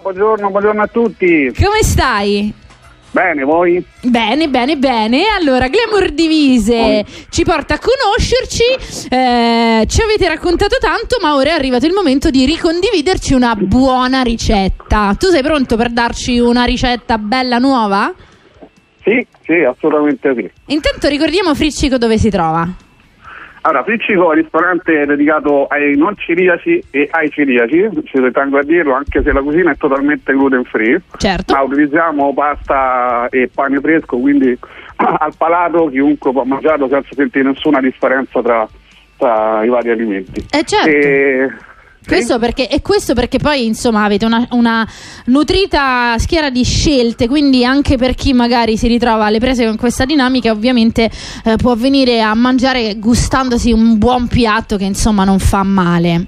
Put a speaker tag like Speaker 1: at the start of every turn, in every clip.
Speaker 1: buongiorno, buongiorno a tutti.
Speaker 2: Come stai?
Speaker 1: Bene, voi?
Speaker 2: Bene, bene, bene. Allora, Glamour Divise ci porta a conoscerci. eh, ci avete raccontato tanto, ma ora è arrivato il momento di ricondividerci una buona ricetta. Tu sei pronto per darci una ricetta bella nuova?
Speaker 1: Sì, sì, assolutamente sì.
Speaker 2: Intanto ricordiamo Friccico dove si trova.
Speaker 1: Allora, Friccico è un ristorante dedicato ai non celiaci e ai celiaci, ci tengo a dirlo, anche se la cucina è totalmente gluten free,
Speaker 2: Certo.
Speaker 1: ma utilizziamo pasta e pane fresco, quindi al palato chiunque può mangiarlo senza sentire nessuna differenza tra, tra i vari alimenti.
Speaker 2: Eh, certo.
Speaker 1: E-
Speaker 2: Questo perché, e questo perché poi insomma avete una, una nutrita schiera di scelte, quindi anche per chi magari si ritrova alle prese con questa dinamica ovviamente eh, può venire a mangiare gustandosi un buon piatto che insomma non fa male.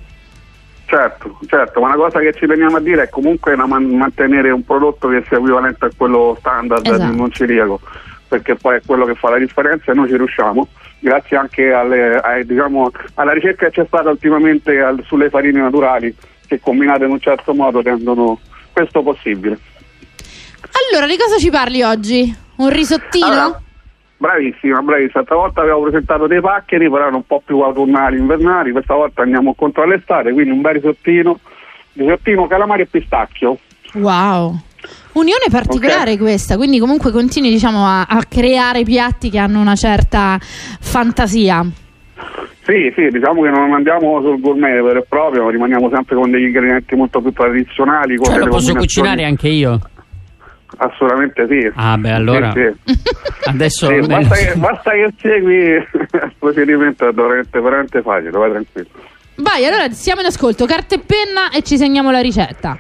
Speaker 1: Certo, certo, ma una cosa che ci teniamo a dire è comunque la man- mantenere un prodotto che sia equivalente a quello standard
Speaker 2: Esatto.
Speaker 1: del non celiaco, perché poi è quello che fa la differenza e noi ci riusciamo, grazie anche alle- ai- diciamo, alla ricerca che c'è stata ultimamente al- sulle farine naturali che combinate in un certo modo rendono questo possibile.
Speaker 2: Allora, di cosa ci parli oggi? Un risottino?
Speaker 1: Allora, bravissima, bravissima. Stavolta avevo presentato dei paccheri, però erano un po' più autunnali, invernali. Questa volta andiamo contro all'estate, quindi un bel risottino, risottino, calamari e pistacchio.
Speaker 2: Wow. Unione particolare
Speaker 1: Ok.
Speaker 2: questa, quindi comunque continui diciamo a, a creare piatti che hanno una certa fantasia.
Speaker 1: Sì, sì, diciamo che non andiamo sul gourmet vero e proprio, rimaniamo sempre con degli ingredienti molto più tradizionali. Con
Speaker 3: Cioè, lo
Speaker 1: delle
Speaker 3: posso
Speaker 1: combinazioni-
Speaker 3: cucinare anche io?
Speaker 1: Assolutamente sì.
Speaker 3: Ah, beh, allora-
Speaker 1: Sì, sì.
Speaker 3: Adesso
Speaker 1: Sì,
Speaker 3: almeno-
Speaker 1: basta, che, basta che segui il procedimento, è veramente, veramente facile, vai tranquillo.
Speaker 2: Vai, allora siamo in ascolto, carta e penna e ci segniamo la ricetta.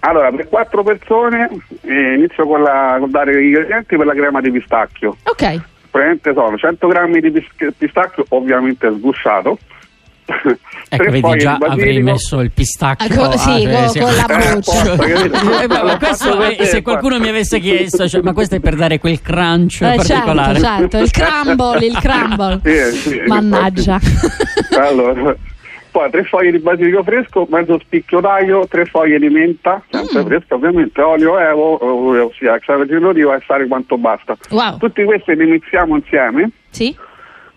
Speaker 1: Allora, per quattro persone eh, inizio con, la, con dare gli ingredienti per la crema di pistacchio.
Speaker 2: Ok.
Speaker 1: Praticamente sono 100 grammi di pis- pistacchio, ovviamente sgusciato.
Speaker 3: Ecco,
Speaker 1: Tre
Speaker 3: vedi,
Speaker 1: foglie
Speaker 3: già
Speaker 1: di basilico.
Speaker 3: avrei messo il
Speaker 2: Ah,
Speaker 3: pistacchio. cioè,
Speaker 2: co- sì, co- con la
Speaker 1: Eh,
Speaker 2: buccia.
Speaker 1: apposta, capito?
Speaker 3: Eh, beh, ma questo, eh, se qualcuno mi avesse chiesto, cioè, ma questo è per dare quel crunch
Speaker 2: Eh, certo,
Speaker 3: particolare.
Speaker 2: certo, il crumble, il crumble.
Speaker 1: Sì, eh, sì,
Speaker 2: Mannaggia.
Speaker 1: infatti. allora, poi tre foglie di basilico fresco, mezzo spicchio d'aglio, tre foglie di menta, sempre
Speaker 2: Mm.
Speaker 1: fresca ovviamente, olio, evo, eh, ossia extravergine d'oliva e sale quanto basta.
Speaker 2: Wow.
Speaker 1: Tutti questi li mixiamo insieme
Speaker 2: Sì?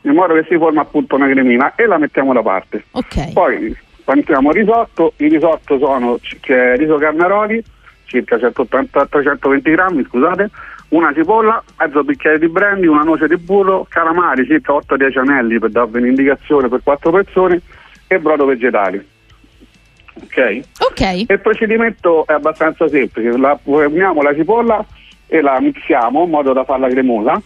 Speaker 1: in modo che si forma appunto una cremina e la mettiamo da parte.
Speaker 2: Ok.
Speaker 1: Poi partiamo al risotto, il risotto sono c- c'è riso carnaroli, circa 180 320 grammi, scusate, una cipolla, mezzo bicchiere di brandy, una noce di burro, calamari circa 8-10 anelli per darvi un'indicazione per 4 persone e brodo vegetale. Ok?
Speaker 2: Ok.
Speaker 1: Il procedimento è abbastanza semplice, la, formiamo la cipolla e la mixiamo in modo da farla cremosa,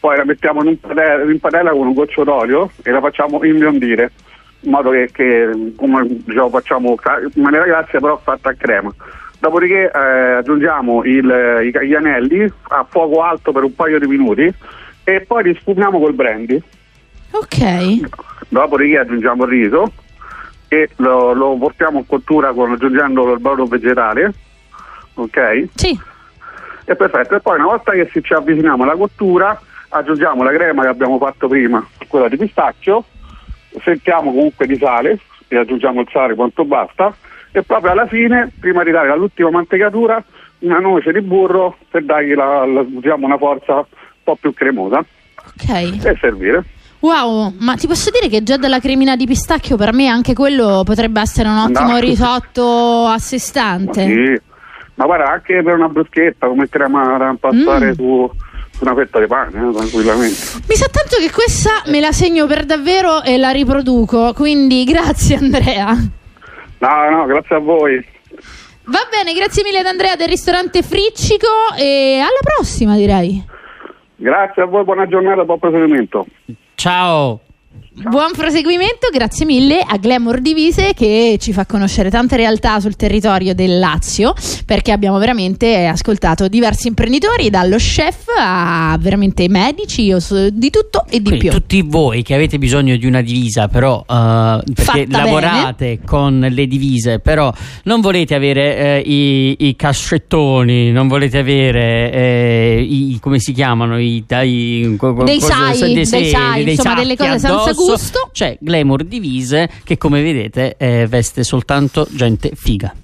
Speaker 1: poi la mettiamo in, un padella, in padella con un goccio d'olio e la facciamo imbiondire, in modo che, che, come diciamo, facciamo ca- in maniera grassa però fatta a crema. Dopodiché eh, aggiungiamo il- i- gli anelli a fuoco alto per un paio di minuti e poi li sfumiamo col brandy.
Speaker 2: Ok.
Speaker 1: Dopodiché aggiungiamo il riso e lo, lo portiamo in cottura con, aggiungendo il brodo vegetale, ok?
Speaker 2: Sì.
Speaker 1: È perfetto. E poi una volta che si- ci avviciniamo alla cottura aggiungiamo la crema che abbiamo fatto prima, quella di pistacchio, sentiamo comunque di sale e aggiungiamo il sale quanto basta e proprio alla fine, prima di dare l'ultima mantecatura, una noce di burro per dargli la- la- diciamo, una forza un po' più cremosa
Speaker 2: Ok.
Speaker 1: e servire.
Speaker 2: Wow, ma ti posso dire che già dalla cremina di pistacchio per me anche quello potrebbe essere un ottimo
Speaker 1: No.
Speaker 2: risotto a sé
Speaker 1: Ma
Speaker 2: stante.
Speaker 1: sì, ma guarda anche per una bruschetta come crema da impastare
Speaker 2: Mm.
Speaker 1: su, su una fetta di pane, eh, tranquillamente.
Speaker 2: Mi sa tanto che questa me la segno per davvero e la riproduco, quindi grazie Andrea.
Speaker 1: No, no, grazie a voi.
Speaker 2: Va bene, grazie mille ad Andrea del ristorante Friccico e alla prossima direi.
Speaker 1: Grazie a voi, buona giornata, buon proseguimento.
Speaker 3: Ciao.
Speaker 2: Buon proseguimento, grazie mille a Glamour Divise che ci fa conoscere tante realtà sul territorio del Lazio perché abbiamo veramente ascoltato diversi imprenditori dallo chef a veramente medici, io so- di tutto e di
Speaker 3: Quindi
Speaker 2: più.
Speaker 3: tutti voi che avete bisogno di una divisa, però eh, perché
Speaker 2: Fatta
Speaker 3: lavorate con le divise, però non volete avere eh, i, i cascettoni, non volete avere eh, i, come si chiamano i, dai- co- co-
Speaker 2: Dei
Speaker 3: cose-
Speaker 2: sai, dei
Speaker 3: seri,
Speaker 2: sai, insomma,
Speaker 3: sacchi
Speaker 2: delle cose senza
Speaker 3: addosso.
Speaker 2: gusto.
Speaker 3: C'è Glamour Divise che come vedete eh, veste soltanto gente figa.